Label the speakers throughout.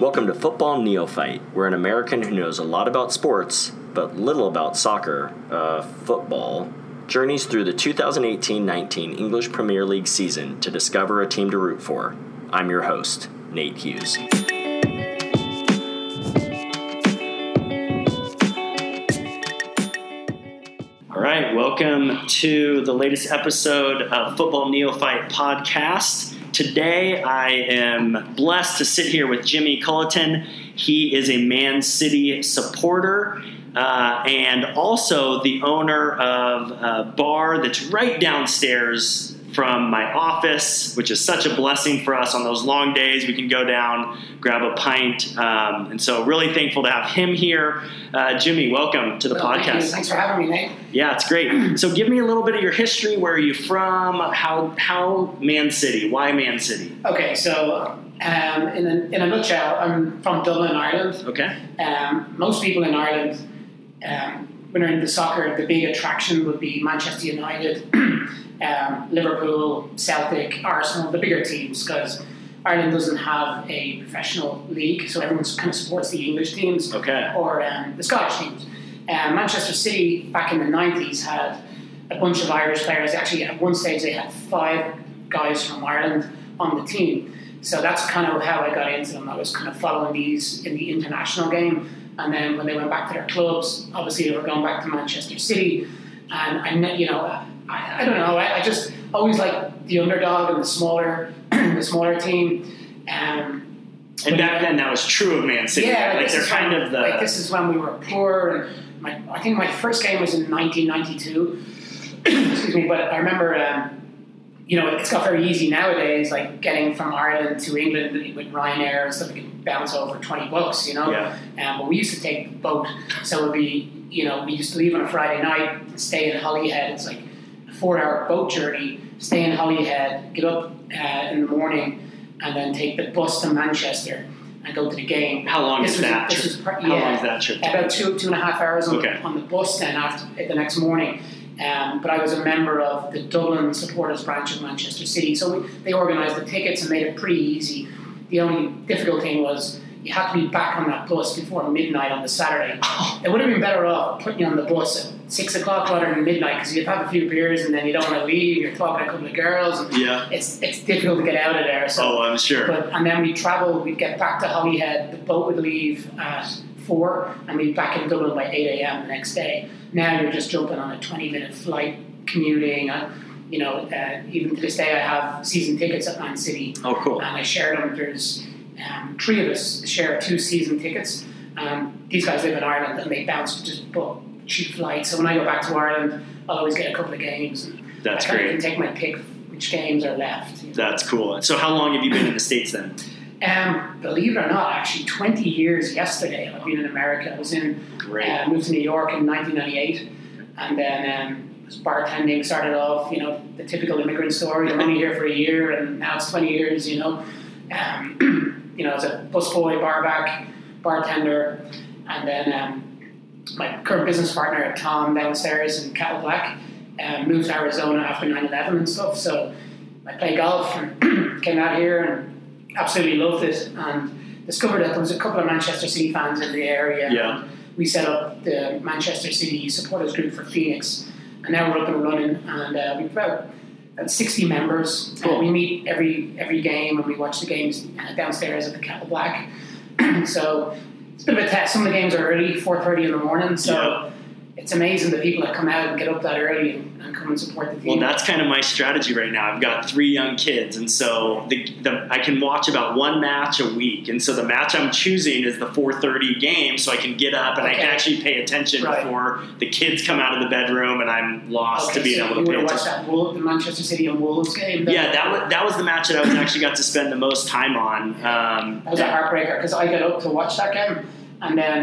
Speaker 1: Welcome to Football Neophyte, where an American who knows a lot about sports but little about soccer, uh, football, journeys through the 2018 19 English Premier League season to discover a team to root for. I'm your host, Nate Hughes. All right, welcome to the latest episode of Football Neophyte Podcast. Today, I am blessed to sit here with Jimmy Culleton. He is a Man City supporter uh, and also the owner of a bar that's right downstairs from my office, which is such a blessing for us on those long days. We can go down, grab a pint. Um, and so, really thankful to have him here. Uh, Jimmy, welcome to the
Speaker 2: Well, thank you.
Speaker 1: podcast.
Speaker 2: Thanks for having me, Nate.
Speaker 1: Yeah, it's great. So give me a little bit of your history. Where are you from? How how Man City? Why Man City?
Speaker 2: Okay, so um, in, a, in a nutshell, I'm from Dublin, Ireland.
Speaker 1: Okay.
Speaker 2: Um, most people in Ireland, um, when they're into soccer, the big attraction would be Manchester United, um, Liverpool, Celtic, Arsenal, the bigger teams, because Ireland doesn't have a professional league, so everyone kind of supports the English teams.
Speaker 1: Okay.
Speaker 2: or um, the Scottish teams. Um, Manchester City back in the 90s had a bunch of Irish players. Actually, at one stage, they had five guys from Ireland on the team. So that's kind of how I got into them. I was kind of following these in the international game. And then when they went back to their clubs, obviously they were going back to Manchester City. And I, kn- you know, I, I don't know. I, I just always like the underdog and the smaller, the smaller team. Um,
Speaker 1: And back then that was true of Man City.
Speaker 2: yeah,
Speaker 1: like
Speaker 2: this
Speaker 1: they're
Speaker 2: is
Speaker 1: kind
Speaker 2: when-
Speaker 1: of the
Speaker 2: like this is when we were poor, and my, I think my first game was in 1992. Excuse me, but I remember, um, you know, it's got very easy nowadays, like getting from Ireland to England with Ryanair and stuff. You can bounce over 20 bucks, you know.
Speaker 1: yeah.
Speaker 2: Um, but we used to take the boat, so it would be, you know, we used to leave on a Friday night, stay in Holyhead. It's like a four-hour boat journey. Stay in Holyhead, get up uh, in the morning, and then take the bus to Manchester and go to the game.
Speaker 1: How long
Speaker 2: This
Speaker 1: is
Speaker 2: was-
Speaker 1: that?
Speaker 2: this
Speaker 1: trip?
Speaker 2: was part-
Speaker 1: How long
Speaker 2: yeah.
Speaker 1: is that trip?
Speaker 2: About two two and a half hours on,
Speaker 1: Okay.
Speaker 2: the, on the bus then after the next morning. Um, but I was a member of the Dublin supporters branch of Manchester City, so we, they organised the tickets and made it pretty easy. The only difficult thing was you had to be back on that bus before midnight on the Saturday.
Speaker 1: Oh.
Speaker 2: It would have been better off putting you on the bus at six o'clock rather than midnight because you'd have a few beers and then you don't want to leave. You're talking to a couple of girls, and
Speaker 1: Yeah.
Speaker 2: it's it's difficult to get out of there. So
Speaker 1: Oh, I'm sure.
Speaker 2: but and then we travelled. We'd get back to Holyhead. The boat would leave at four, and we'd be back in Dublin by eight a.m. the next day. Now you're just jumping on a twenty-minute flight, commuting. And, you know, uh, even to this day, I have season tickets at Man City,
Speaker 1: Oh, cool.
Speaker 2: and I share them. There's um, three of us share two season tickets. Um, these guys live in Ireland, and they bounce to just book cheap flights. So when I go back to Ireland, I'll always get a couple of games. And
Speaker 1: That's
Speaker 2: I kinda
Speaker 1: great.
Speaker 2: can take my pick which games are left. you know.
Speaker 1: That's cool. So how long have you been in the states then?
Speaker 2: Um, believe it or not, actually, 20 years yesterday I've been in America. I was in,
Speaker 1: Great.
Speaker 2: uh, moved to New York in 1998, and then um, was bartending. Started off, you know, the typical immigrant story. I'm only here for a year, and now it's 20 years. You know, um, you know, as a busboy, barback, bartender, and then um, my current business partner, Tom, downstairs in Cattle Black, um, moved to Arizona after 9/11 and stuff. So I play golf and came out here and absolutely loved it and discovered that there was a couple of Manchester City fans in the area.
Speaker 1: Yeah.
Speaker 2: We set up the Manchester City supporters group for Phoenix and now we're up and running and uh, we've about about 60 uh, members.
Speaker 1: Cool.
Speaker 2: Uh, we meet every every game and we watch the games uh, downstairs at the Cattle Black. so it's a bit of a test. Some of the games are early, 4.30 in the morning, so
Speaker 1: Yeah.
Speaker 2: it's amazing the people that come out and get up that early and, and come and support the team.
Speaker 1: Well, that's kind of my strategy right now. I've got three young kids, and so the, the, I can watch about one match a week. And so the match I'm choosing is the 4:30 game, so I can get up and I can
Speaker 2: Okay.
Speaker 1: actually pay attention
Speaker 2: Right.
Speaker 1: before the kids come out of the bedroom and I'm lost
Speaker 2: Okay,
Speaker 1: to being
Speaker 2: so
Speaker 1: able
Speaker 2: you
Speaker 1: to
Speaker 2: would
Speaker 1: pay
Speaker 2: have
Speaker 1: attention.
Speaker 2: watched that Wol- the Manchester City and Wolves game.
Speaker 1: Yeah, that was, that was the match that I was actually got to spend the most time on. Um,
Speaker 2: that was a heartbreaker because I got up to watch that game, and then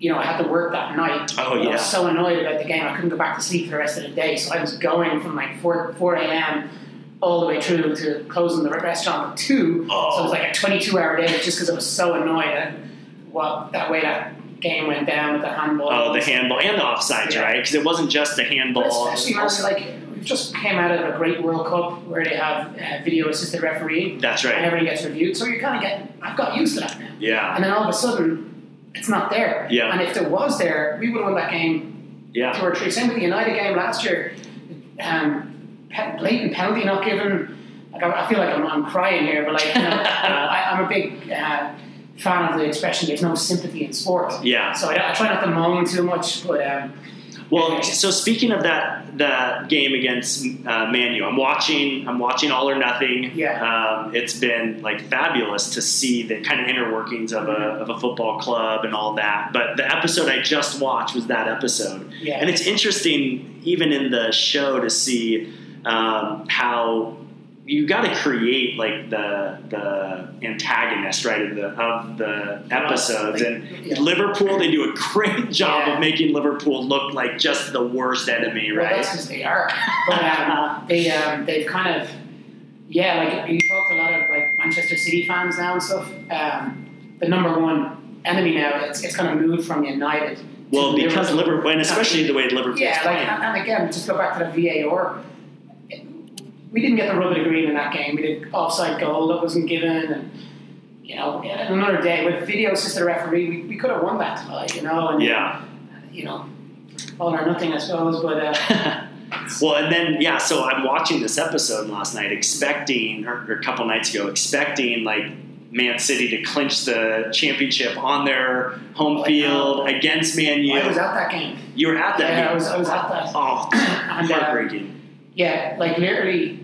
Speaker 2: you know I had to work that night.
Speaker 1: Oh,
Speaker 2: And I
Speaker 1: yeah.
Speaker 2: was so annoyed about the game I couldn't go back to sleep for the rest of the day. So I was going from like four four a.m. all the way through to closing the restaurant at two. So it was
Speaker 1: oh,
Speaker 2: like a twenty-two hour day just because I was so annoyed at what that way that game went down with the handball.
Speaker 1: oh, the handball and the offsides,
Speaker 2: Yeah.
Speaker 1: right? Because it wasn't just the handball.
Speaker 2: But especially when
Speaker 1: Also-
Speaker 2: like we've just came out of a great World Cup where they have uh, video assisted refereeing
Speaker 1: That's
Speaker 2: and
Speaker 1: right.
Speaker 2: everything gets reviewed. So you're kind of getting, I've got used to that now.
Speaker 1: Yeah.
Speaker 2: And then all of a sudden, it's not there.
Speaker 1: Yeah.
Speaker 2: And if it was there, we would have won that game
Speaker 1: Yeah.
Speaker 2: two or three. Same with the United game last year. Um, pe- blatant penalty not given. Like, I, I feel like I'm, I'm crying here, but like you know, I, I'm a big uh, fan of the expression "there's no sympathy in sport."
Speaker 1: Yeah.
Speaker 2: So I, I try not to moan too much, but um,
Speaker 1: Well, so speaking of that that game against uh, Manu, I'm watching I'm watching All or Nothing.
Speaker 2: Yeah.
Speaker 1: Um, it's been like fabulous to see the kind of inner workings of a of a football club and all that. But the episode I just watched was that episode,
Speaker 2: yeah.
Speaker 1: and it's interesting even in the show to see um, how you got to create like the the antagonist right of the of the episodes and
Speaker 2: Yeah.
Speaker 1: Liverpool, they do a great job
Speaker 2: Yeah.
Speaker 1: of making Liverpool look like just the worst enemy,
Speaker 2: Well,
Speaker 1: right?
Speaker 2: that's because they are. But um, they um, they've kind of yeah, like you talk to a lot of like Manchester City fans now and stuff. Um, the number one enemy now it's, it's kind of moved from United. to
Speaker 1: well, because
Speaker 2: Liverpool.
Speaker 1: Liverpool, and especially the way Liverpool's
Speaker 2: yeah, like
Speaker 1: playing.
Speaker 2: and, and again, just go back to the VAR. We didn't get the rubber green in that game. We did offside goal that wasn't given, and you know, another day with video assisted referee, we, we could have won that tonight, you know, and
Speaker 1: yeah.
Speaker 2: you know, all or nothing, I suppose. But uh,
Speaker 1: well, and then yeah, so I'm watching this episode last night, expecting, or, or a couple nights ago, expecting like Man City to clinch the championship on their home
Speaker 2: Like,
Speaker 1: field against Man U.
Speaker 2: Oh, I was at that game.
Speaker 1: you were at that.
Speaker 2: Yeah,
Speaker 1: game.
Speaker 2: I was- I was at that.
Speaker 1: Oh,
Speaker 2: And, uh,
Speaker 1: heartbreaking.
Speaker 2: yeah, like literally,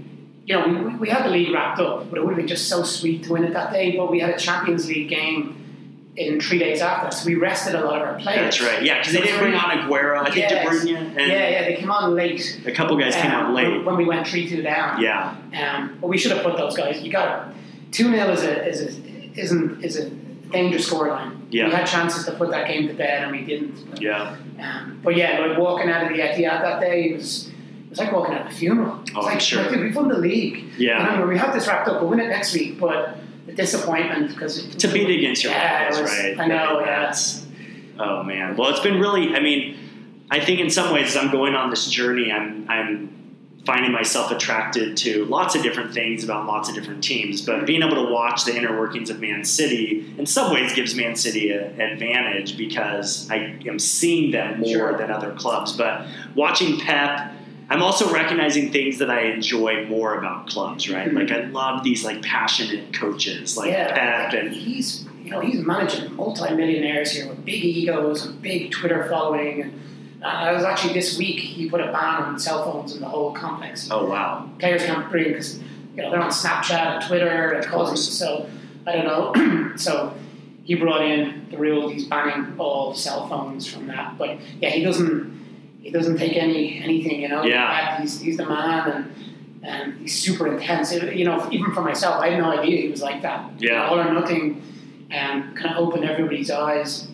Speaker 2: you know, we, we had the league wrapped up, but it would have been just so sweet to win it that day. But we had a Champions League game in three days after, so we rested a lot of our players.
Speaker 1: That's right. Yeah, because they didn't bring on Aguero. I think
Speaker 2: Yes.
Speaker 1: De Bruyne
Speaker 2: Yeah,
Speaker 1: and
Speaker 2: yeah, they came on late.
Speaker 1: a couple guys came
Speaker 2: um,
Speaker 1: on late.
Speaker 2: when- when we went three two down.
Speaker 1: Yeah,
Speaker 2: Um, but we should have put those guys. You got two 0 is a is a isn't is a dangerous scoreline.
Speaker 1: Yeah.
Speaker 2: We had chances to put that game to bed and we didn't. But,
Speaker 1: yeah,
Speaker 2: Um, but yeah, like walking out of the Etihad that day, it was it was like walking out of a funeral. It's
Speaker 1: Oh, I'm
Speaker 2: like,
Speaker 1: sure.
Speaker 2: like, dude, we've won the league.
Speaker 1: yeah.
Speaker 2: Remember, we have this wrapped up. We'll win it next week, but the disappointment because
Speaker 1: To beat against your
Speaker 2: yeah,
Speaker 1: rivals,
Speaker 2: it was-
Speaker 1: right?
Speaker 2: I know.
Speaker 1: Like,
Speaker 2: Yeah.
Speaker 1: That's oh man. Well, it's been really. I mean, I think in some ways, as I'm going on this journey, I'm I'm finding myself attracted to lots of different things about lots of different teams. But being able to watch the inner workings of Man City in some ways gives Man City an advantage because I am seeing them more
Speaker 2: Sure.
Speaker 1: than other clubs. But watching Pep. I'm also recognizing things that I enjoy more about clubs, right?
Speaker 2: Mhm.
Speaker 1: Like I love these like passionate coaches, like
Speaker 2: yeah,
Speaker 1: Pep and
Speaker 2: he's you know he's managing multi-millionaires here with big egos and big Twitter following. And uh, I was actually this week he put a ban on cell phones in the whole complex.
Speaker 1: Oh wow!
Speaker 2: um, Players can't bring because you know they're on Snapchat and Twitter and causing
Speaker 1: course.
Speaker 2: so I don't know. so he brought in the rule he's banning all cell phones from that. But yeah, he doesn't he doesn't take any anything. You know,
Speaker 1: Yeah.
Speaker 2: Like, he's he's the man and. And he's super intense. You know, even for myself, I had no idea he was like that
Speaker 1: Yeah,
Speaker 2: all or nothing um, kind of opened everybody's eyes.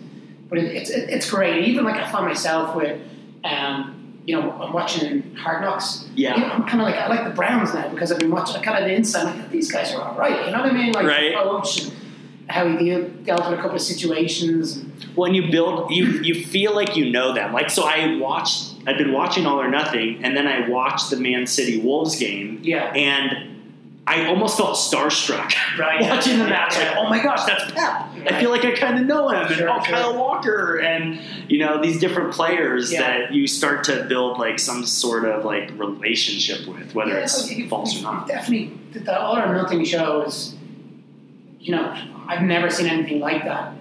Speaker 2: But it, it's it, it's great. Even like I found myself with, um, you know, I'm watching Hard Knocks. You
Speaker 1: yeah,
Speaker 2: know, I'm kind of like I like the Browns now because I've been watching. I kind of the inside. I'm Like these guys are all right. You know what I mean? Like
Speaker 1: Right.
Speaker 2: the coach and how he deal, dealt with a couple of situations. And,
Speaker 1: when you build, you you feel like you know them. Like so, I watched. I've been watching All or Nothing, and then I watched the Man City Wolves game,
Speaker 2: yeah.
Speaker 1: and I almost felt starstruck
Speaker 2: Right.
Speaker 1: watching the match.
Speaker 2: Yeah.
Speaker 1: Like, oh my gosh, that's Pep. I feel like I kind of know him,
Speaker 2: Sure,
Speaker 1: and oh,
Speaker 2: sure.
Speaker 1: Kyle Walker, and you know these different players
Speaker 2: Yeah.
Speaker 1: that you start to build like some sort of like relationship with, whether
Speaker 2: Yeah,
Speaker 1: it's
Speaker 2: like, you-
Speaker 1: false
Speaker 2: you
Speaker 1: or not.
Speaker 2: Definitely, the, the All or Nothing show is, you know, I've never seen anything like that.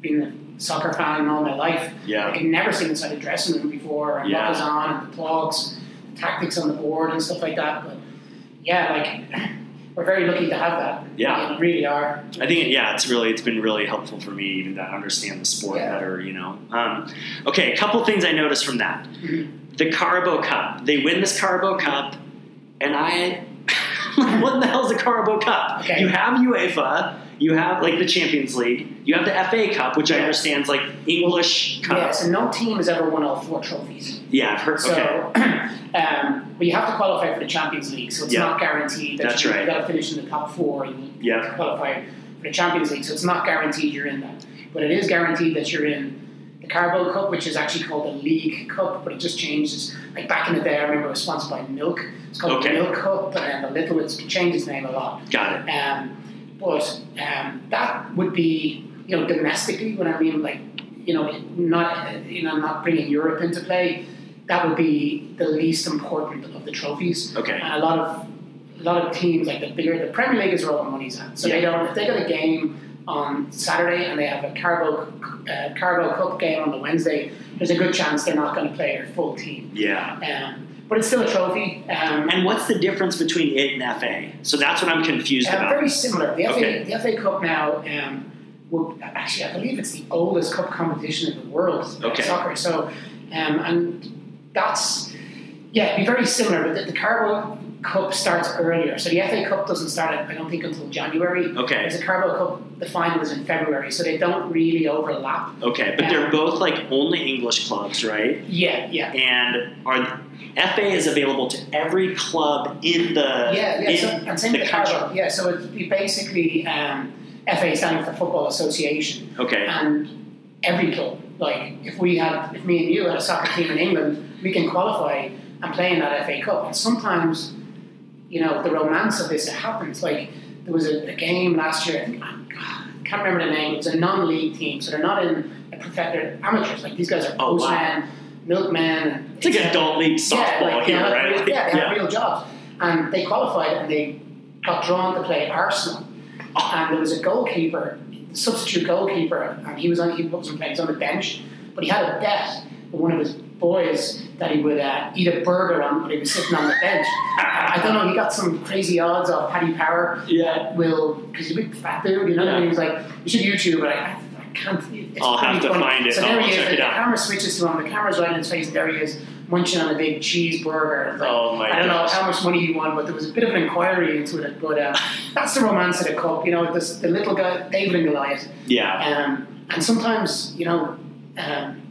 Speaker 2: Being a soccer fan all my life,
Speaker 1: Yeah,
Speaker 2: like, I've never seen inside a dressing room before, and
Speaker 1: Yeah.
Speaker 2: what was on, and the plugs, tactics on the board, and stuff like that. But yeah, like we're very lucky to have that.
Speaker 1: Yeah.
Speaker 2: we really are.
Speaker 1: I think yeah, it's really it's been really helpful for me even to understand the sport
Speaker 2: Yeah.
Speaker 1: better. You know, um, okay, a couple things I noticed from that:
Speaker 2: Mhm.
Speaker 1: the Carbo Cup. They win this Carbo Cup, and I, what the hell's a Carbo Cup?
Speaker 2: Okay.
Speaker 1: You have UEFA, you have like the Champions League, you have the FA Cup, which I
Speaker 2: Yeah.
Speaker 1: understand is like English Cup.
Speaker 2: Yeah, so no team has ever won all four trophies.
Speaker 1: Yeah, I've heard. okay,
Speaker 2: So, um, but you have to qualify for the Champions League, so it's
Speaker 1: Yeah.
Speaker 2: not guaranteed that
Speaker 1: That's
Speaker 2: you,
Speaker 1: right.
Speaker 2: have got to finish in the top four. You
Speaker 1: yeah,
Speaker 2: qualify for the Champions League, so it's not guaranteed you're in that. But it is guaranteed that you're in the Carbo Cup, which is actually called the League Cup, but it just changed. It's, like back in the day, I remember it was sponsored by Milk. It's called
Speaker 1: Okay.
Speaker 2: the Milk Cup, and the Little it's changed its name a lot.
Speaker 1: Got it.
Speaker 2: Um, but um, that would be, you know, domestically. What I mean, like, you know, not you know, not bringing Europe into play. That would be the least important of the trophies.
Speaker 1: Okay.
Speaker 2: And a lot of a lot of teams, like the bigger, the Premier League is where all the money's at. So they don't. If they got a game on Saturday and they have a Carbo uh, Carbo Cup game on the Wednesday, there's a good chance they're not going to play their full team.
Speaker 1: Yeah.
Speaker 2: Um, but it's still a trophy. Um,
Speaker 1: And what's the difference between it and FA? So that's what I'm confused
Speaker 2: Uh,
Speaker 1: about.
Speaker 2: very similar. The FA,
Speaker 1: Okay.
Speaker 2: the FA Cup now, um, will, actually, I believe it's the oldest cup competition in the world uh,
Speaker 1: Okay.
Speaker 2: soccer. So, um, and that's yeah, it'd be very similar. But the, the Carbo Cup starts earlier, so the FA Cup doesn't start, I don't think, until January.
Speaker 1: Okay.
Speaker 2: Whereas the Carbo Cup, the final is in February, so they don't really overlap.
Speaker 1: Okay. But they're both like only English clubs, right?
Speaker 2: Yeah, yeah.
Speaker 1: And are FA is available to every club in the
Speaker 2: Yeah, yeah.
Speaker 1: in
Speaker 2: So, and same
Speaker 1: the
Speaker 2: with the
Speaker 1: country.
Speaker 2: Carbo. Yeah, so it'd be basically um, FA standing for Football Association.
Speaker 1: Okay.
Speaker 2: and every club. Like if we had, if me and you had a soccer team in England, we can qualify and play in that FA Cup. And sometimes, you know, the romance of this it happens. Like there was a, a game last year. I think, I can't remember the name. It was a non-league team, so they're not in a perfect. They're amateurs. Like these guys are
Speaker 1: Oh, wow.
Speaker 2: postmen, milkmen.
Speaker 1: It's like adult league softball
Speaker 2: yeah, like,
Speaker 1: here,
Speaker 2: they have
Speaker 1: right?
Speaker 2: real-
Speaker 1: Like,
Speaker 2: yeah, they have real jobs, and they qualified and they got drawn to play Arsenal and there was a goalkeeper, substitute goalkeeper, and he was on he wasn't playing, he was on the bench, but he had a bet with one of his boys that he would uh, eat a burger on when he was sitting on the bench. I don't know, he got some crazy odds off Paddy Power
Speaker 1: Yeah.
Speaker 2: that will because he's a big fat dude, you know what I mean? He was like, you should YouTube it. I, I can't. It's
Speaker 1: I'll have
Speaker 2: pretty
Speaker 1: to
Speaker 2: funny.
Speaker 1: find it.
Speaker 2: So
Speaker 1: I'll
Speaker 2: there he
Speaker 1: check
Speaker 2: is.
Speaker 1: it
Speaker 2: the
Speaker 1: out.
Speaker 2: camera switches to him. The camera's right in his face. and There he is munching on a big cheeseburger. It's like,
Speaker 1: Oh my
Speaker 2: I don't
Speaker 1: gosh.
Speaker 2: know how much money he won, but there was a bit of an inquiry into it. But uh, that's the romance of the cup, you know. This, the little guy, David and Goliath,
Speaker 1: Yeah.
Speaker 2: um, and sometimes you know um,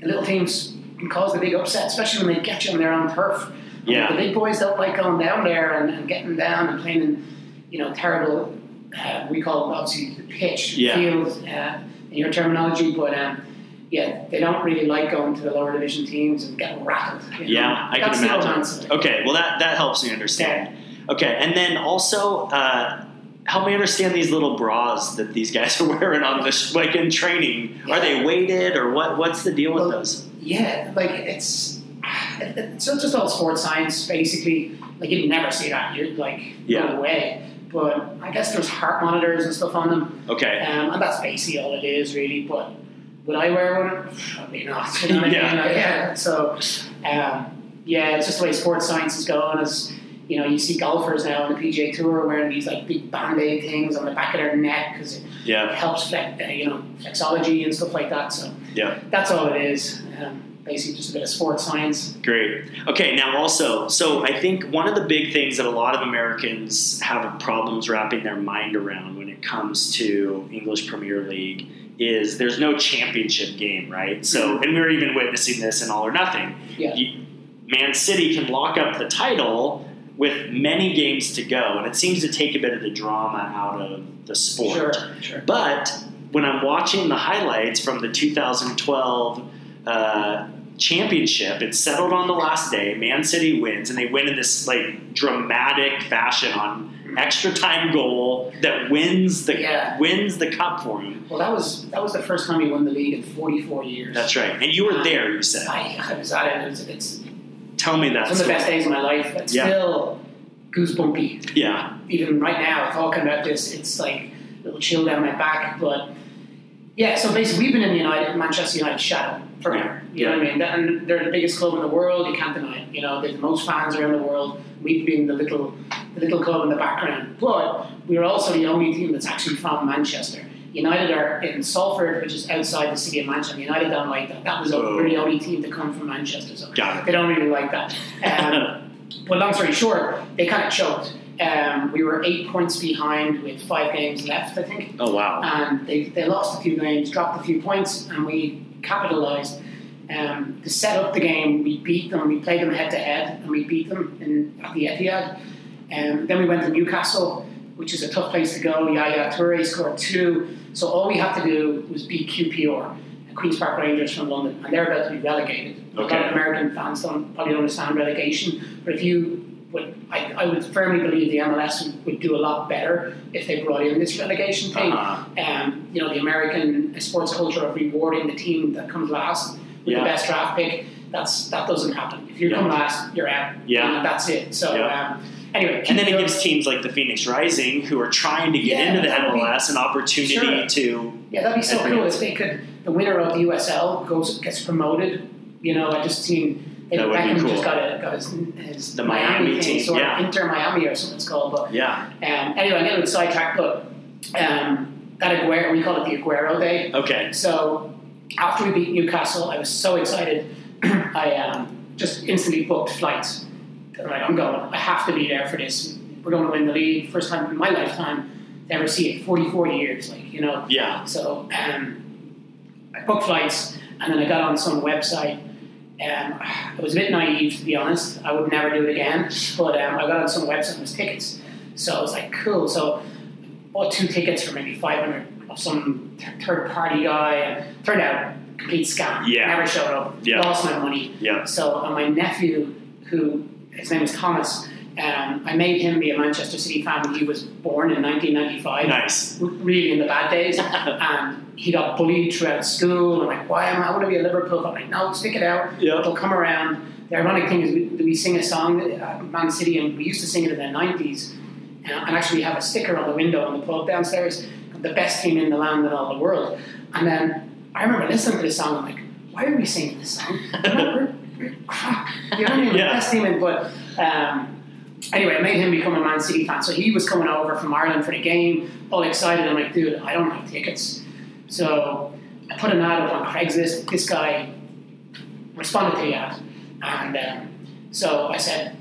Speaker 2: the little teams can cause the big upset, especially when they get you on their own turf.
Speaker 1: Yeah.
Speaker 2: the big boys don't like going down there and, and getting down and playing in you know terrible. Uh, we call it obviously the pitch
Speaker 1: Yeah.
Speaker 2: field uh, in your terminology, but. Um, yeah, they don't really like going to the lower division teams and getting rattled. you know.
Speaker 1: Yeah, I
Speaker 2: That's
Speaker 1: can
Speaker 2: the
Speaker 1: imagine.
Speaker 2: romance of it.
Speaker 1: Okay, well that that helps me understand. Okay, and then also uh, help me understand these little bras that these guys are wearing on this, like in training. Are they weighted or what? What's the deal with
Speaker 2: Well-
Speaker 1: those?
Speaker 2: Yeah, like it's it's just all sports science basically. Like you'd never see that. You're like
Speaker 1: Yeah.
Speaker 2: no way. But I guess there's heart monitors and stuff on them,
Speaker 1: Okay,
Speaker 2: um, and that's basically all it is really. But would I wear one? Probably not. You know what
Speaker 1: Yeah.
Speaker 2: I mean? Like, yeah. So um, yeah, it's just the way sports science is going. Is you know you see golfers now on the PGA Tour wearing these like big band aid things on the back of their neck because it
Speaker 1: yeah,
Speaker 2: helps flex, uh, you know flexology and stuff like that. So
Speaker 1: yeah,
Speaker 2: that's all it is. Um, basically, just a bit of sports science.
Speaker 1: great. Okay, now also, so I think one of the big things that a lot of Americans have problems wrapping their mind around when it comes to English Premier League is there's no championship game, right? So, and we're even witnessing this in All or Nothing.
Speaker 2: Mm-hmm. Yeah.
Speaker 1: you- Man City can lock up the title with many games to go, and it seems to take a bit of the drama out of the sport.
Speaker 2: Sure, sure.
Speaker 1: But when I'm watching the highlights from the 2012 uh, championship, it settled on the last day. Man City wins, and they win in this like dramatic fashion on extra time goal that wins the
Speaker 2: Yeah.
Speaker 1: wins the cup for him.
Speaker 2: Well, that was that was the first time he won the league in 44 years.
Speaker 1: That's right, and you were there. You said,
Speaker 2: I, I was at it. It was, it's
Speaker 1: "Tell me that."
Speaker 2: one of the
Speaker 1: story.
Speaker 2: best days of my life. But
Speaker 1: Yeah.
Speaker 2: still, goosebumpy.
Speaker 1: Yeah,
Speaker 2: Even right now, talking about this, it's like a little chill down my back. But yeah, so basically, we've been in United, Manchester United shadow forever. You know what I mean? And they're the biggest club in the world. You can't deny it. You know, they're the most fans around the world. We've been the little the little club in the background. But we're also the only team that's actually from Manchester. United are in Salford, which is outside the city of Manchester. United don't like that. That was a,
Speaker 1: Oh.
Speaker 2: we're the only team to come from Manchester, so
Speaker 1: Got
Speaker 2: they don't really like that. Um, but long story short, they kind of choked. Um, we were eight points behind with five games left, I think
Speaker 1: oh wow.
Speaker 2: and Um, they, they lost a few games, dropped a few points, and we capitalised um, to set up the game. We beat them, we played them head to head, and we beat them in, at the Etihad. Um, then we went to Newcastle, which is a tough place to go. Yaya Toure scored two, so all we had to do was beat QPR. Queen's Park Rangers from London, and they're about to be relegated. A lot
Speaker 1: Okay.
Speaker 2: of American fans don't, probably don't understand relegation, but if you would, I, I would firmly believe the MLS would, would do a lot better if they brought in this relegation thing.
Speaker 1: Uh-huh.
Speaker 2: Um, you know, the American sports culture of rewarding the team that comes last with
Speaker 1: Yeah.
Speaker 2: the best draft pick. That's that doesn't happen. If you come last, you're out.
Speaker 1: Yeah.
Speaker 2: And that's it. So um, anyway,
Speaker 1: And then
Speaker 2: keep
Speaker 1: it
Speaker 2: your-
Speaker 1: gives teams like the Phoenix Rising, who are trying to get
Speaker 2: Yeah,
Speaker 1: into the
Speaker 2: that'd be-
Speaker 1: MLS, an opportunity
Speaker 2: Sure.
Speaker 1: to.
Speaker 2: Yeah, that'd be so
Speaker 1: Agreed.
Speaker 2: cool if they could. The winner of the USL goes gets promoted. You know, I just seen they
Speaker 1: That would be
Speaker 2: Beckham
Speaker 1: cool.
Speaker 2: just got, a, got his, his
Speaker 1: The Miami
Speaker 2: thing,
Speaker 1: team,
Speaker 2: sort
Speaker 1: yeah.
Speaker 2: of Inter Miami or something it's called. But
Speaker 1: Yeah.
Speaker 2: um, anyway, I'm getting sidetracked. But um, that Aguero, we call it the Aguero Day.
Speaker 1: Okay.
Speaker 2: So after we beat Newcastle, I was so excited. I um, just instantly booked flights. I'm Like I'm going. I have to be there for this. We're going to win the league. First time in my lifetime to ever see it. 44 years, like you know.
Speaker 1: Yeah.
Speaker 2: So um, I booked flights, and then I got on some website. Um, I was a bit naive, to be honest. I would never do it again. But um, I got on some website and was tickets. So I was like, cool. So I bought two tickets for maybe 500 of some th- third party guy. And turned out, complete scam.
Speaker 1: Yeah.
Speaker 2: Never showed up.
Speaker 1: Yeah.
Speaker 2: Lost my money.
Speaker 1: Yeah.
Speaker 2: So and my nephew, who his name is Thomas, um, I made him be a Manchester City fan when he was born in 1995
Speaker 1: Nice.
Speaker 2: really in the bad days, and Um, he got bullied throughout school. And like, why am I? I want to be a Liverpool. fan. I'm like, no, stick it out.
Speaker 1: Yeah.
Speaker 2: It'll come around. The ironic thing is, we, we sing a song, uh, Man City, and we used to sing it in the '90s, and, and actually have a sticker on the window in the pub downstairs, the best team in the land and all the world. And then I remember listening to this song. I'm like, why are we singing this song? We're- we're crap. You know what I mean? The
Speaker 1: Yeah.
Speaker 2: best team in, but. Um, Anyway, I made him become a Man City fan. So he was coming over from Ireland for the game, all excited. I'm like, dude, I don't have tickets. So I put an ad up on Craigslist. This guy responded to the ad. And um, so I said,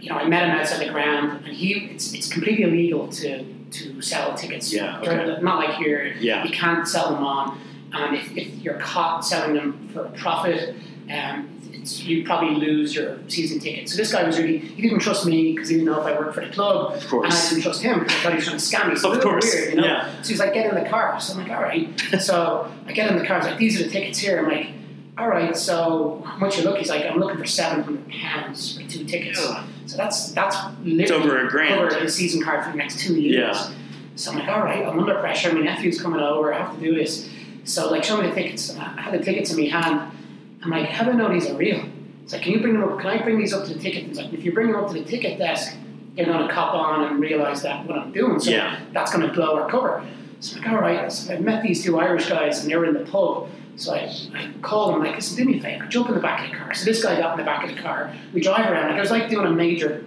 Speaker 2: you know, I met him outside the ground, and he it's, it's completely illegal to, to sell tickets.
Speaker 1: Yeah,
Speaker 2: They're Not like here,
Speaker 1: Yeah.
Speaker 2: you can't sell them on. And if, if you're caught selling them for a profit, um, it's, you probably lose your season ticket. So this guy was really, he didn't trust me because he didn't know if I worked for the club.
Speaker 1: Of
Speaker 2: And I
Speaker 1: course.
Speaker 2: didn't trust him because I thought he was trying to scam me. So
Speaker 1: Of
Speaker 2: it was
Speaker 1: course.
Speaker 2: weird, you know?
Speaker 1: Yeah.
Speaker 2: So he's like, get in the car. So I'm like, all right. So I get in the car. He's like, these are the tickets here. I'm like, all right. So how much you look? He's like, I'm looking for 700 pounds for two tickets. So that's that's literally
Speaker 1: over a grand.
Speaker 2: covered in a season card for the next two years. So I'm like, all right, I'm under pressure. My nephew's coming over. I have to do this. So like, show me the tickets. And I I had the tickets in my hand. I'm like, how do I know these are real? It's like, can you bring them up? Can I bring these up to the ticket? He's like, if you bring them up to the ticket desk, they're gonna cop on and realize that what I'm doing. So
Speaker 1: Yeah.
Speaker 2: that's gonna blow our cover. So I'm like, all right. So I met these two Irish guys and they were in the pub. So I, I called him like, listen, do me a favor, jump in the back of the car. So this guy got in the back of the car. We drive around. Like, it was like doing a major,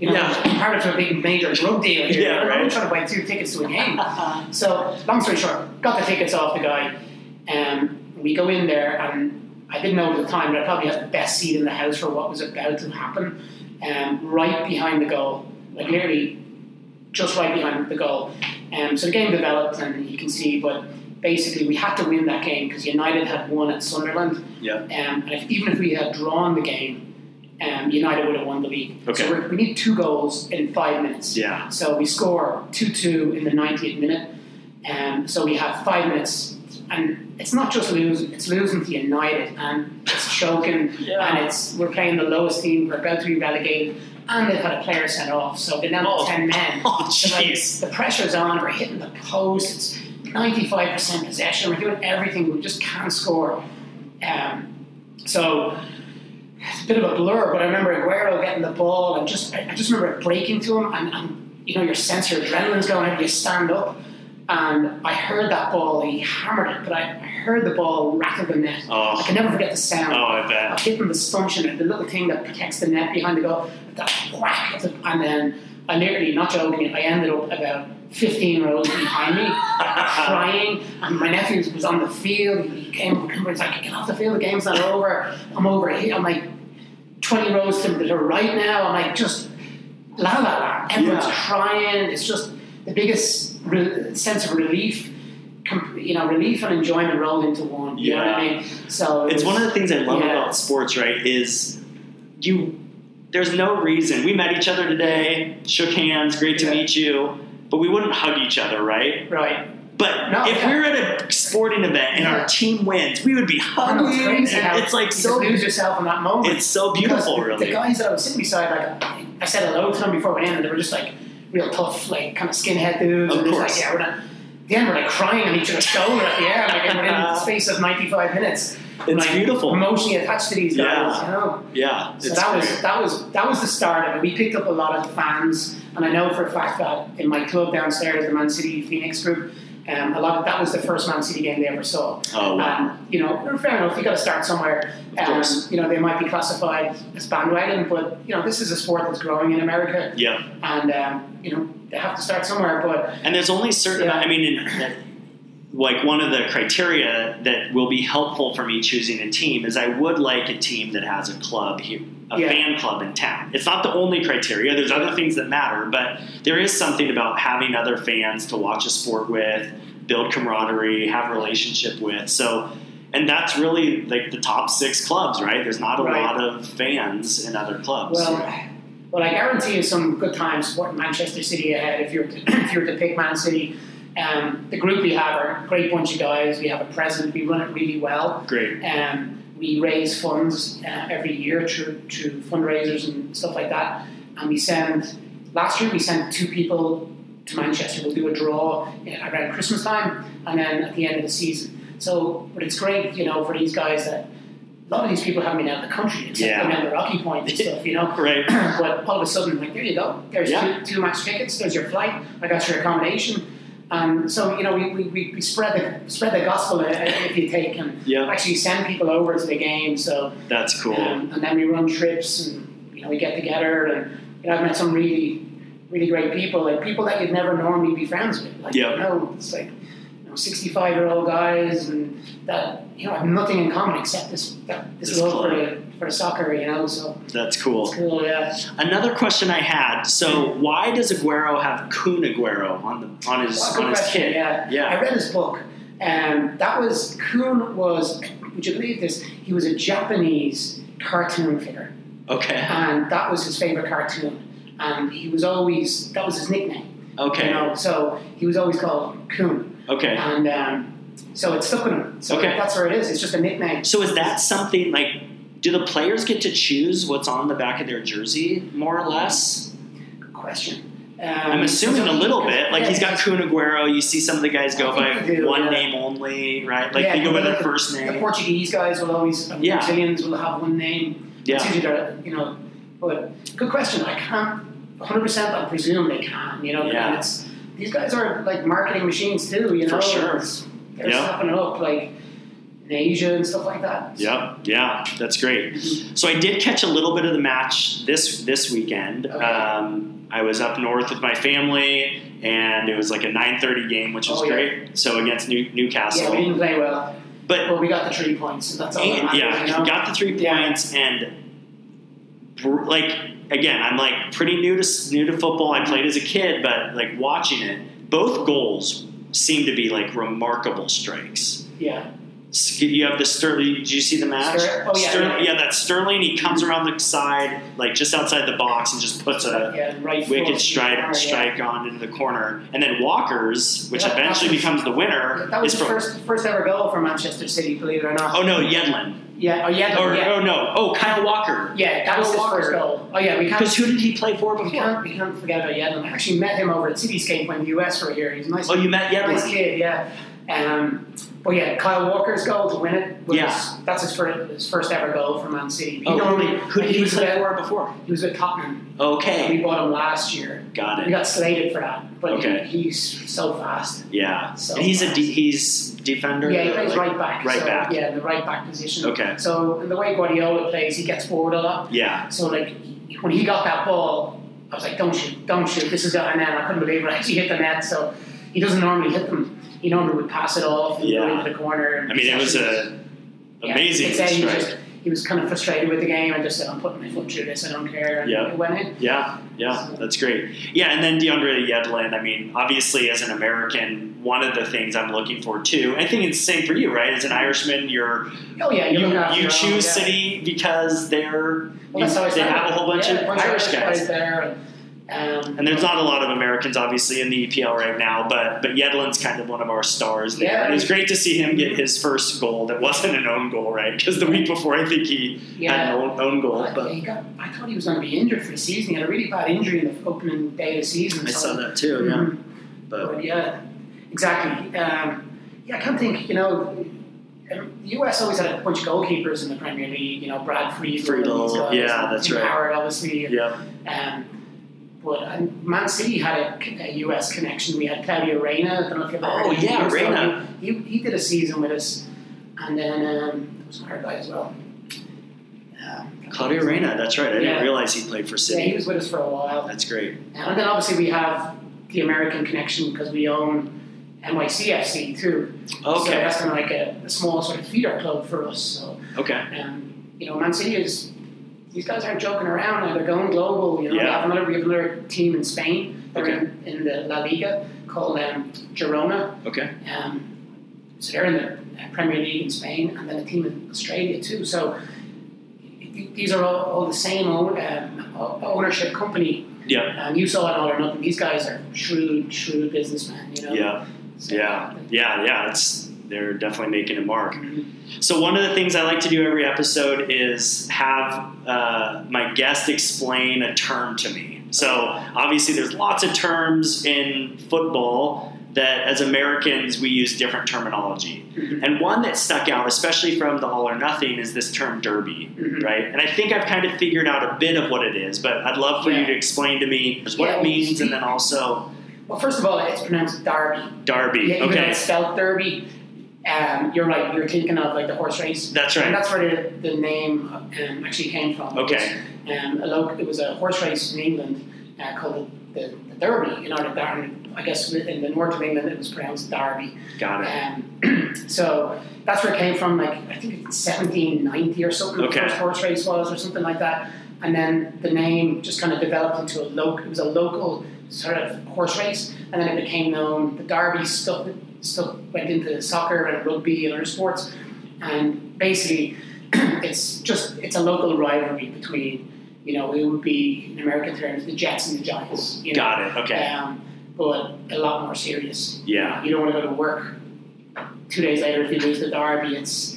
Speaker 2: you know,
Speaker 1: Yeah.
Speaker 2: part of a big major drug deal here.
Speaker 1: Yeah,
Speaker 2: I'm
Speaker 1: right.
Speaker 2: trying to buy two tickets to a game. So, long story short, got the tickets off the guy, and we go in there, and I didn't know at the time, but I probably had the best seat in the house for what was about to happen, um, right behind the goal, like literally just right behind the goal. Um, so the game developed, and you can see, but basically we had to win that game because United had won at Sunderland,
Speaker 1: Yeah.
Speaker 2: um, and if, even if we had drawn the game, um, United would have won the league.
Speaker 1: Okay.
Speaker 2: So we're, we need two goals in five minutes.
Speaker 1: Yeah.
Speaker 2: So we score 2 2 in the 90th minute. Um, so we have five minutes. And it's not just losing, it's losing to United. And it's choking.
Speaker 1: Yeah.
Speaker 2: And it's we're playing the lowest team. We're about to be relegated. And they've had a player sent off. So they're down
Speaker 1: Oh.
Speaker 2: to 10 men.
Speaker 1: Oh,
Speaker 2: So, like,
Speaker 1: jeez.
Speaker 2: the pressure's on. We're hitting the post. It's 95% possession. We're doing everything. We just can't score. Um, so it's a bit of a blur, but I remember Aguero getting the ball and just I I just remember it breaking to him and, and you know your sense your adrenaline's going out. You stand up. And I heard that ball, he hammered it, but I, I heard the ball rattle the net. I
Speaker 1: Oh.
Speaker 2: can never forget the sound.
Speaker 1: Oh, I
Speaker 2: I
Speaker 1: bet.
Speaker 2: hit him the stanchion, the little thing that protects the net behind the goal, that whack, and then I literally, not joking, I ended up about 15 rows behind me, crying, and my nephew was on the field, he came over and was like, get off the field, the game's not over, I'm over here, I'm like 20 rows to the right now, I'm like, just la la la, everyone's
Speaker 1: Yeah.
Speaker 2: crying, it's just the biggest re- sense of relief, com- you know, relief and enjoyment rolled into one, you know what I
Speaker 1: Yeah.
Speaker 2: mean? So
Speaker 1: It's
Speaker 2: it was-
Speaker 1: one of the things I love
Speaker 2: Yeah.
Speaker 1: about sports, right? Is you. There's no reason. We met each other today, shook hands, great to
Speaker 2: Yeah.
Speaker 1: meet you, but we wouldn't hug each other, right?
Speaker 2: Right.
Speaker 1: But
Speaker 2: No,
Speaker 1: if
Speaker 2: yeah.
Speaker 1: we were at a sporting event and our team wins, we would be
Speaker 2: I know,
Speaker 1: hugging.
Speaker 2: it's crazy how
Speaker 1: It's like
Speaker 2: you
Speaker 1: so.
Speaker 2: just lose yourself in that moment.
Speaker 1: It's so
Speaker 2: Because
Speaker 1: beautiful,
Speaker 2: the- The
Speaker 1: really.
Speaker 2: guys that I was sitting beside, like I said hello to them before we ended, they were just like real tough, like kind of skinhead dudes.
Speaker 1: Of
Speaker 2: and just
Speaker 1: course.
Speaker 2: like, yeah, we're not. At the end, we're like crying on each other's shoulder at the end, like in the space of 95 minutes.
Speaker 1: It's
Speaker 2: like,
Speaker 1: beautiful.
Speaker 2: Emotionally attached to these guys,
Speaker 1: Yeah.
Speaker 2: you know.
Speaker 1: Yeah,
Speaker 2: So
Speaker 1: it's
Speaker 2: that
Speaker 1: great.
Speaker 2: was that was that was the start of it. We picked up a lot of fans, and I know for a fact that in my club downstairs, the Man City Phoenix group, um, a lot of, that was the first Man City game they ever saw.
Speaker 1: Oh wow.
Speaker 2: Um, you know, fair enough. You got to start somewhere.
Speaker 1: Of
Speaker 2: Um,
Speaker 1: course.
Speaker 2: you know, they might be classified as bandwagon, but you know, this is a sport that's growing in America,
Speaker 1: Yeah,
Speaker 2: and um, you know, they have to start somewhere. But
Speaker 1: and there's only certain.
Speaker 2: Yeah.
Speaker 1: I mean, in, that- like one of the criteria that will be helpful for me choosing a team is I would like a team that has a club here, a
Speaker 2: Yeah.
Speaker 1: fan club in town. It's not the only criteria. There's other things that matter, but there is something about having other fans to watch a sport with, build camaraderie, have a relationship with. So. And that's really like the top six clubs, right? There's not a
Speaker 2: Right.
Speaker 1: lot of fans in other clubs.
Speaker 2: well, well, I guarantee you some good times supporting Manchester City ahead. If you're if you're to pick Man City, um, the group we have are a great bunch of guys. We have a president. We run it really well.
Speaker 1: Great.
Speaker 2: Um, we raise funds uh, every year through, through fundraisers and stuff like that. And we send, last year we sent two people to Manchester. We'll do a draw uh, around Christmas time and then at the end of the season. So, but it's great, you know, for these guys that a lot of these people haven't been out of the country except
Speaker 1: Yeah.
Speaker 2: for down the Rocky Point and stuff, you know.
Speaker 1: Right.
Speaker 2: but all of a sudden, like, there you go. There's
Speaker 1: Yeah.
Speaker 2: two, two match tickets. There's your flight. I got your accommodation. Um, so you know, we, we, we we spread the spread the gospel uh, if you take and
Speaker 1: Yeah,
Speaker 2: actually send people over to the game. So
Speaker 1: that's cool.
Speaker 2: um, and then we run trips and you know we get together and you know I've met some really really great people like people that you'd never normally be friends with. Like
Speaker 1: Yeah.
Speaker 2: you know it's like you know, 65 year old guys and that you know have nothing in common except this that, this,
Speaker 1: This
Speaker 2: love for,
Speaker 1: club.
Speaker 2: the, for soccer. You know so
Speaker 1: That's cool.
Speaker 2: it's cool. Yeah.
Speaker 1: Another question I had. So, why does Aguero have Kun Aguero on the on his
Speaker 2: Well,
Speaker 1: on
Speaker 2: good
Speaker 1: his
Speaker 2: question,
Speaker 1: kit?
Speaker 2: Yeah.
Speaker 1: Yeah.
Speaker 2: I read his book, and that was Kuhn was. Would you believe this? He was a Japanese cartoon figure,
Speaker 1: Okay.
Speaker 2: and that was his favorite cartoon, and he was always that was his nickname.
Speaker 1: Okay.
Speaker 2: You know, so he was always called Kuhn,
Speaker 1: Okay.
Speaker 2: and um, so it stuck with him. So
Speaker 1: Okay.
Speaker 2: that's where it is. It's just a nickname.
Speaker 1: So, is that something like? Do the players get to choose what's on the back of their jersey, more or less?
Speaker 2: Good question. Um,
Speaker 1: I'm assuming a little bit. Like
Speaker 2: yeah,
Speaker 1: he's got Kun Aguero. You see some of the guys go
Speaker 2: I
Speaker 1: by
Speaker 2: think they do,
Speaker 1: one
Speaker 2: yeah.
Speaker 1: name only, right? Like
Speaker 2: Yeah,
Speaker 1: they go by
Speaker 2: the-
Speaker 1: their first
Speaker 2: The
Speaker 1: name.
Speaker 2: Portuguese guys will always, and the
Speaker 1: Yeah.
Speaker 2: Brazilians will have one name. It's
Speaker 1: Yeah.
Speaker 2: usually their- you know, but good question. I can't, 100% I presume they can, you know,
Speaker 1: Yeah.
Speaker 2: and it's, these guys are like marketing machines too, you know.
Speaker 1: For sure.
Speaker 2: It's- They're
Speaker 1: Yeah.
Speaker 2: snapping it up like in Asia and stuff like that.
Speaker 1: Yep. Yeah. That's great.
Speaker 2: Mhm.
Speaker 1: So I did catch a little bit of the match this this weekend.
Speaker 2: Okay.
Speaker 1: Um, I was up north with my family, and it was like a 9:30 game, which was
Speaker 2: Oh, yeah.
Speaker 1: great. So against New,
Speaker 2: Yeah,
Speaker 1: Newcastle,
Speaker 2: we didn't play well,
Speaker 1: but
Speaker 2: but we got the three points, and that's all that
Speaker 1: and-
Speaker 2: matters,
Speaker 1: yeah,
Speaker 2: you know.
Speaker 1: got the three
Speaker 2: Yeah.
Speaker 1: points, and br- like again, I'm like pretty new to s- new to football. I played as a kid, but like watching it, both goals seem to be like remarkable strikes.
Speaker 2: yeah.
Speaker 1: Sk- You have the Sterling. Did you see the match?
Speaker 2: Ster- oh, yeah,
Speaker 1: Sterling,
Speaker 2: yeah.
Speaker 1: that Sterling. He comes around the side, like just outside the box, and just puts a
Speaker 2: yeah, right
Speaker 1: wicked
Speaker 2: foot,
Speaker 1: strike
Speaker 2: yeah.
Speaker 1: strike on into the corner. And then Walker's, which
Speaker 2: Yeah, that
Speaker 1: eventually
Speaker 2: was-
Speaker 1: becomes the winner,
Speaker 2: That was
Speaker 1: is
Speaker 2: the
Speaker 1: from.
Speaker 2: first first ever goal for Manchester City, believe it or not.
Speaker 1: Oh no, Yedlin.
Speaker 2: Yeah, oh yeah,
Speaker 1: Or
Speaker 2: yeah,
Speaker 1: oh no, oh Kyle Walker.
Speaker 2: yeah, that was his first goal. Oh yeah, we can't
Speaker 1: Because who did he play for
Speaker 2: We
Speaker 1: before?
Speaker 2: can't, we can't forget about Yedlin. I actually met him over at Cityscape when the US were here. He's a nice,
Speaker 1: Oh, you met
Speaker 2: nice
Speaker 1: Yedlin.
Speaker 2: kid, yeah. Um, but yeah, Kyle Walker's goal to win it was
Speaker 1: Yeah.
Speaker 2: that's his first, his first ever goal for Man City. He
Speaker 1: Oh,
Speaker 2: normally
Speaker 1: who did
Speaker 2: he
Speaker 1: he
Speaker 2: was
Speaker 1: play
Speaker 2: with,
Speaker 1: for before?
Speaker 2: he was with Tottenham.
Speaker 1: Okay,
Speaker 2: We bought him last year.
Speaker 1: got
Speaker 2: We
Speaker 1: it.
Speaker 2: got slated for that, but he-
Speaker 1: Okay.
Speaker 2: he's so fast.
Speaker 1: Yeah,
Speaker 2: So
Speaker 1: and he's a
Speaker 2: fast.
Speaker 1: de- he's defender.
Speaker 2: yeah, he plays
Speaker 1: like-
Speaker 2: right back.
Speaker 1: right
Speaker 2: so,
Speaker 1: back.
Speaker 2: Yeah, the right back position.
Speaker 1: Okay.
Speaker 2: So and the way Guardiola plays, he gets forward a lot.
Speaker 1: Yeah,
Speaker 2: So like he- when he got that ball, I was like, "Don't shoot, don't shoot!" This is it. And then I couldn't believe it. I actually hit the net. So he doesn't normally hit them. He normally would pass it off and
Speaker 1: Yeah.
Speaker 2: go into the corner. And
Speaker 1: I mean it was a
Speaker 2: Yeah,
Speaker 1: amazing
Speaker 2: he said he was
Speaker 1: strike.
Speaker 2: just- He was kind of frustrated with the game and just said, "I'm putting my foot through this. I don't care." And
Speaker 1: Yeah.
Speaker 2: it went in.
Speaker 1: Yeah, yeah, that's great. Yeah, and then DeAndre Yedlin. I mean, obviously, as an American, one of the things I'm looking for too. I think it's the same for you, right? As an Irishman, you're
Speaker 2: Oh yeah,
Speaker 1: you,
Speaker 2: you
Speaker 1: you choose City because they're
Speaker 2: Well, that's how
Speaker 1: they
Speaker 2: I started.
Speaker 1: have a whole bunch
Speaker 2: yeah,
Speaker 1: of
Speaker 2: bunch
Speaker 1: Irish guys.
Speaker 2: there. And, Um,
Speaker 1: And there's not a lot of Americans, obviously, in the EPL right now, but but Yedlin's kind of one of our stars there.
Speaker 2: Yeah.
Speaker 1: And it was great to see him get his first goal that wasn't an own goal, right? Because the week before, I think he had
Speaker 2: yeah.
Speaker 1: an own, own goal,
Speaker 2: Well,
Speaker 1: but
Speaker 2: he got, I thought he was going to be injured for the season. He had a really bad injury in the opening day of the season.
Speaker 1: I
Speaker 2: so-
Speaker 1: saw that too, yeah.
Speaker 2: Mhm.
Speaker 1: But
Speaker 2: But yeah, exactly. Um, yeah, I can't think. You know, um, the US always had a bunch of goalkeepers in the Premier League. You know, Brad Friedel,
Speaker 1: Friedel,
Speaker 2: these guys,
Speaker 1: yeah, that's
Speaker 2: Tim
Speaker 1: right.
Speaker 2: Howard, obviously.
Speaker 1: yeah,
Speaker 2: Um, but um, Man City had a, a US connection. We had Claudio Reyna. I don't know if you've ever
Speaker 1: Oh,
Speaker 2: heard of him.
Speaker 1: yeah,
Speaker 2: He was
Speaker 1: Reyna.
Speaker 2: lovely. He, he did a season with us, and then um, there was another guy as well. Um,
Speaker 1: Claudio Reyna, that's right. I
Speaker 2: Yeah.
Speaker 1: didn't realize he played for
Speaker 2: Yeah,
Speaker 1: City.
Speaker 2: he was with us for a while.
Speaker 1: That's great.
Speaker 2: And then obviously we have the American connection because we own NYCFC too. So
Speaker 1: Okay,
Speaker 2: that's kind of like a, a small sort of feeder club for us. So,
Speaker 1: okay,
Speaker 2: um, you know, Man City is, these guys aren't joking around now. They're going global. You know, we,
Speaker 1: Yeah.
Speaker 2: have another, we have another team in Spain. They're
Speaker 1: Okay.
Speaker 2: in, in the La Liga called um, Girona.
Speaker 1: okay.
Speaker 2: Um, so they're in the uh, Premier League in Spain and then a team in Australia too. So th- these are all, all the same own, um, o- ownership company.
Speaker 1: Yeah,
Speaker 2: And you saw it all or nothing. These guys are shrewd, shrewd businessmen, you know?
Speaker 1: yeah,
Speaker 2: So-
Speaker 1: yeah. yeah, yeah. It's they're definitely making a mark.
Speaker 2: Mhm.
Speaker 1: So one of the things I like to do every episode is have uh, my guest explain a term to me. So obviously, there's lots of terms in football that, as Americans, we use different terminology.
Speaker 2: Mhm.
Speaker 1: And one that stuck out, especially from the All or Nothing, is this term derby,
Speaker 2: Mhm.
Speaker 1: right? And I think I've kind of figured out a bit of what it is, but I'd love for you
Speaker 2: Yeah.
Speaker 1: to explain to me what it
Speaker 2: Yeah, well,
Speaker 1: means, and
Speaker 2: see-
Speaker 1: then also
Speaker 2: Well, first of all, it's pronounced Derby.
Speaker 1: derby.
Speaker 2: Yeah, even though
Speaker 1: okay,
Speaker 2: it's spelled Derby. Um, you're right, you're thinking of like the horse race.
Speaker 1: that's
Speaker 2: And
Speaker 1: right.
Speaker 2: that's where the, the name um, actually came from.
Speaker 1: Okay,
Speaker 2: Um, a loc it was a horse race in England uh, called the, the, the Derby, you know, the Darn, I guess in the north of England it was pronounced Derby.
Speaker 1: got it.
Speaker 2: Um, so that's where it came from. Like I think it's 1790 or something.
Speaker 1: Okay.
Speaker 2: The first horse race was, or something like that. And then the name just kind of developed into a local. It was a local sort of horse race, and then it became known. The Derby stuff stuff went into soccer and rugby and other sports, and basically, it's just it's a local rivalry between. You know, it would be in American terms the Jets and the Giants. You know?
Speaker 1: Got it. Okay.
Speaker 2: Um, but a lot more serious.
Speaker 1: Yeah.
Speaker 2: You don't want to go to work two days later if you lose the derby. It's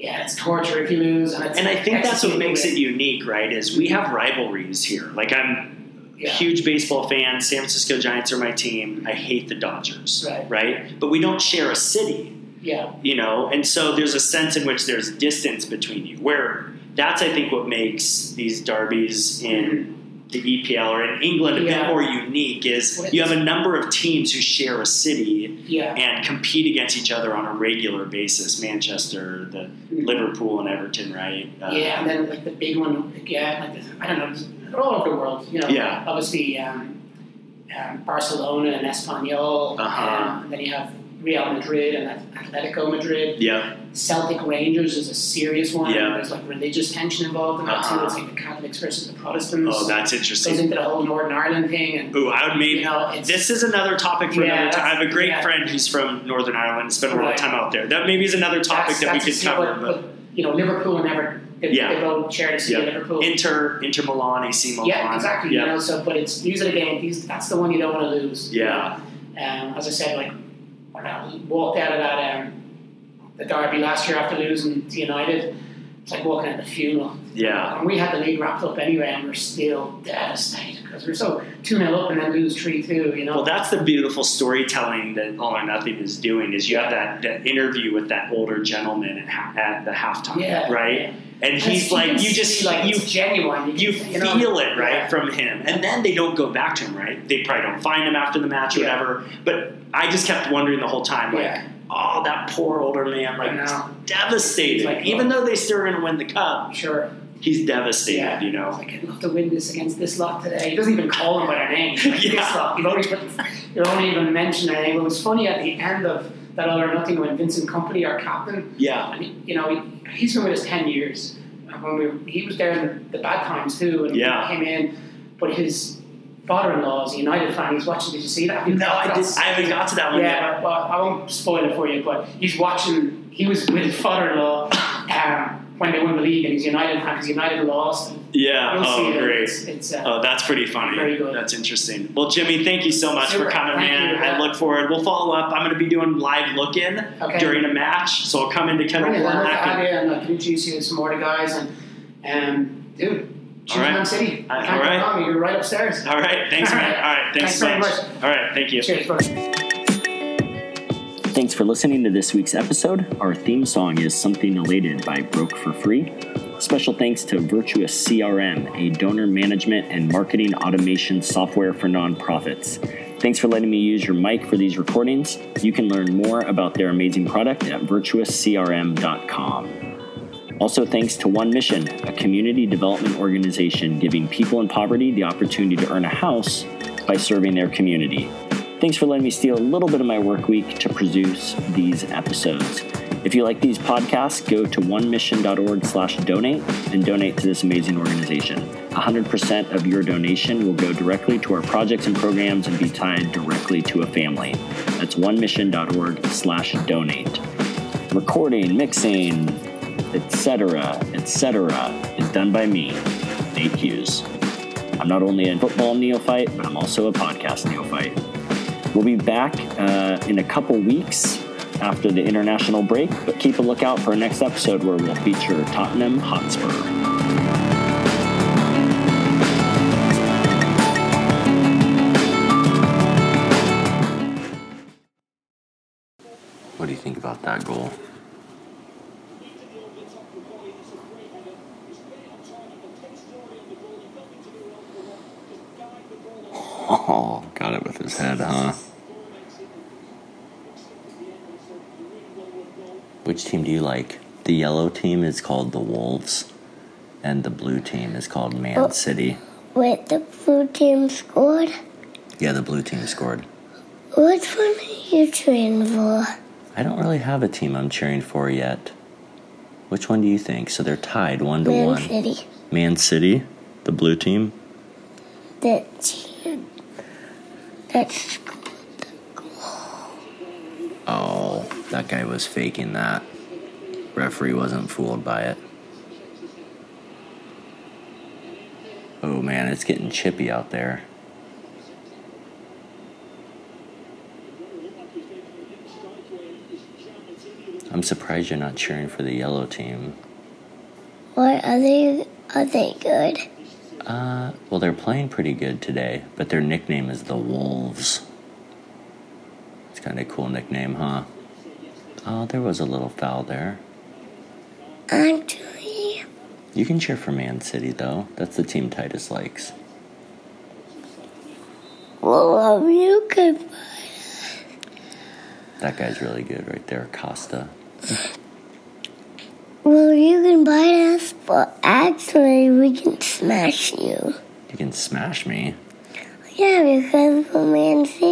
Speaker 2: yeah, it's torture if you lose, and it's
Speaker 1: And I think that's what
Speaker 2: executed
Speaker 1: makes
Speaker 2: with-
Speaker 1: it unique, right? Is we have rivalries here. Like I'm a
Speaker 2: Yeah,
Speaker 1: huge baseball fan. San Francisco Giants are my team. I hate the Dodgers,
Speaker 2: Right.
Speaker 1: right? But we don't share a city,
Speaker 2: yeah,
Speaker 1: you know. And so there's a sense in which there's distance between you. Where that's I think what makes these derbies in the EPL or in England a bit
Speaker 2: Mm-hmm. Yeah.
Speaker 1: more unique is
Speaker 2: Well,
Speaker 1: you have a number of teams who share a city
Speaker 2: yeah.
Speaker 1: and compete against each other on a regular basis. Manchester, the Liverpool, and Everton, right? Uh,
Speaker 2: yeah, and then like the big one again, like the, I don't know, it's- they're all over the world. You know,
Speaker 1: Yeah.
Speaker 2: obviously um, um, Barcelona and Espanyol,
Speaker 1: Uh-huh.
Speaker 2: um, and then you have Real Madrid and Atletico Madrid.
Speaker 1: Yeah.
Speaker 2: Celtic Rangers is a serious one.
Speaker 1: Yeah.
Speaker 2: There's like religious tension involved in that
Speaker 1: Uh-huh.
Speaker 2: too. It's like the Catholics versus the Protestants.
Speaker 1: Oh, that's
Speaker 2: goes
Speaker 1: interesting.
Speaker 2: into the whole Northern Ireland thing, and
Speaker 1: Ooh, I would
Speaker 2: you
Speaker 1: maybe.
Speaker 2: know, it's
Speaker 1: This is another topic for
Speaker 2: Yeah,
Speaker 1: another time. I
Speaker 2: that's-
Speaker 1: have a great
Speaker 2: yeah.
Speaker 1: friend who's from Northern Ireland. Spent a lot of
Speaker 2: Right.
Speaker 1: time out there. That maybe is another topic
Speaker 2: that's,
Speaker 1: that
Speaker 2: that's
Speaker 1: we could
Speaker 2: a scene,
Speaker 1: cover.
Speaker 2: But, but, you know, Liverpool and Ever, they,
Speaker 1: Yeah.
Speaker 2: they both share the city of Liverpool.
Speaker 1: but Inter, Inter Milan, AC Milan.
Speaker 2: yeah, exactly. You
Speaker 1: Yeah,
Speaker 2: know, so but it's these are the games. These that's the one you don't want to lose.
Speaker 1: Yeah.
Speaker 2: Um, as I said, like when I walked out of that um, the derby last year after losing to United, it's like walking at the funeral.
Speaker 1: yeah,
Speaker 2: And we had the league wrapped up anyway, and we're still devastated because we're so 2 0 up and then lose 3 2, you know?
Speaker 1: Well, that's the beautiful storytelling that All or Nothing is doing. Is you have that, that interview with that older gentleman at, ha- at the halftime,
Speaker 2: yeah.
Speaker 1: right? And he's like, you just
Speaker 2: like,
Speaker 1: you
Speaker 2: it's genuine.
Speaker 1: you
Speaker 2: can-
Speaker 1: feel
Speaker 2: know,
Speaker 1: it right
Speaker 2: yeah.
Speaker 1: from him and then they don't go back to him right they probably don't find him after the match or
Speaker 2: Yeah.
Speaker 1: whatever but i just kept wondering the whole time like
Speaker 2: Yeah.
Speaker 1: oh that poor older man
Speaker 2: I
Speaker 1: like
Speaker 2: know.
Speaker 1: devastated
Speaker 2: He's like,
Speaker 1: even though they still are going to win the cup
Speaker 2: I'm sure.
Speaker 1: he's devastated
Speaker 2: Yeah.
Speaker 1: you
Speaker 2: I was
Speaker 1: know
Speaker 2: like, I'd love to win this against this lot today. He doesn't even call them by their name. He's Like,
Speaker 1: Yeah.
Speaker 2: This lot. You don't even, you don't even mention their name. It was funny at the end of that All or Nothing when Vincent Company, our captain,
Speaker 1: yeah
Speaker 2: and, he- you know, he, he's been with us 10 years. And When we, were- he was there in the, the bad times too, and
Speaker 1: Yeah.
Speaker 2: he came in, but his father-in-law is a United fan. He's watching. Did you see that?
Speaker 1: no i did i haven't got to that one yet
Speaker 2: Yeah, well, I won't spoil it for you, but he's watching. He was with his father-in-law, um, when they won the league and he's United fan because United lost.
Speaker 1: Yeah.
Speaker 2: You'll see
Speaker 1: Oh,
Speaker 2: it.
Speaker 1: great.
Speaker 2: It's, it's, uh,
Speaker 1: Oh, that's pretty funny.
Speaker 2: Very good.
Speaker 1: That's interesting. Well, Jimmy, thank you so much for
Speaker 2: Super.
Speaker 1: coming,
Speaker 2: Thank
Speaker 1: man.
Speaker 2: you.
Speaker 1: I look forward. We'll follow up. I'm going to be doing live look-in
Speaker 2: okay.
Speaker 1: during a match, so I'll come into Kettle
Speaker 2: Brilliant. I'd
Speaker 1: Corn.
Speaker 2: love to
Speaker 1: I
Speaker 2: have
Speaker 1: can-
Speaker 2: you and I can introduce you to some more of the guys and um, dude,
Speaker 1: All right.
Speaker 2: Superman City.
Speaker 1: Uh,
Speaker 2: Can't
Speaker 1: all
Speaker 2: go
Speaker 1: right.
Speaker 2: wrong. You're right upstairs.
Speaker 1: All right. Thanks, man. All right. Thanks,
Speaker 2: Thanks very
Speaker 1: so much. All right. Thank you.
Speaker 2: Cheers, brother.
Speaker 3: Thanks for listening to this week's episode. Our theme song is Something Elated by Broke for Free. Special thanks to Virtuous CRM, a donor management and marketing automation software for nonprofits. Thanks for letting me use your mic for these recordings. You can learn more about their amazing product at virtuouscrm.com. Also, thanks to One Mission, a community development organization giving people in poverty the opportunity to earn a house by serving their community. Thanks for letting me steal a little bit of my work week to produce these episodes. If you like these podcasts, go to onemission.org slash donate and donate to this amazing organization. 100% of your donation will go directly to our projects and programs and be tied directly to a family. That's onemission.org slash donate. Recording, mixing, etc., etc., is done by me, Nate Hughes. I'm not only a football neophyte, but I'm also a podcast neophyte. We'll be back uh, in a couple weeks after the international break, but keep a lookout for our next episode where we'll feature Tottenham Hotspur.
Speaker 4: What do you think about that goal? Oh, got it with his head, huh? Which team do you like? The yellow team is called the Wolves, and the blue team is called Man
Speaker 5: Oh.
Speaker 4: City.
Speaker 5: Wait, the blue team scored?
Speaker 4: Yeah, the blue team scored.
Speaker 5: Which one are you cheering for?
Speaker 4: I don't really have a team I'm cheering for yet. Which one do you think? So they're tied one to
Speaker 5: Man
Speaker 4: one.
Speaker 5: City.
Speaker 4: Man City, the blue team.
Speaker 5: The team that scored.
Speaker 4: Oh, that guy was faking that. Referee wasn't fooled by it. Oh man, it's getting chippy out there. I'm surprised you're not cheering for the yellow team.
Speaker 5: Why are they, are they good?
Speaker 4: Uh, well, they're playing pretty good today, but their nickname is the Wolves. It's kind of a cool nickname, huh? Oh, there was a little foul there.
Speaker 5: I'm cheering.
Speaker 4: You can cheer for Man City, though. That's the team Titus likes.
Speaker 5: Well, um, you could.
Speaker 4: That guy's really good right there, Costa.
Speaker 5: Well, you can bite us, but actually, we can smash you.
Speaker 4: You can smash me.
Speaker 5: Yeah, because we're Man City.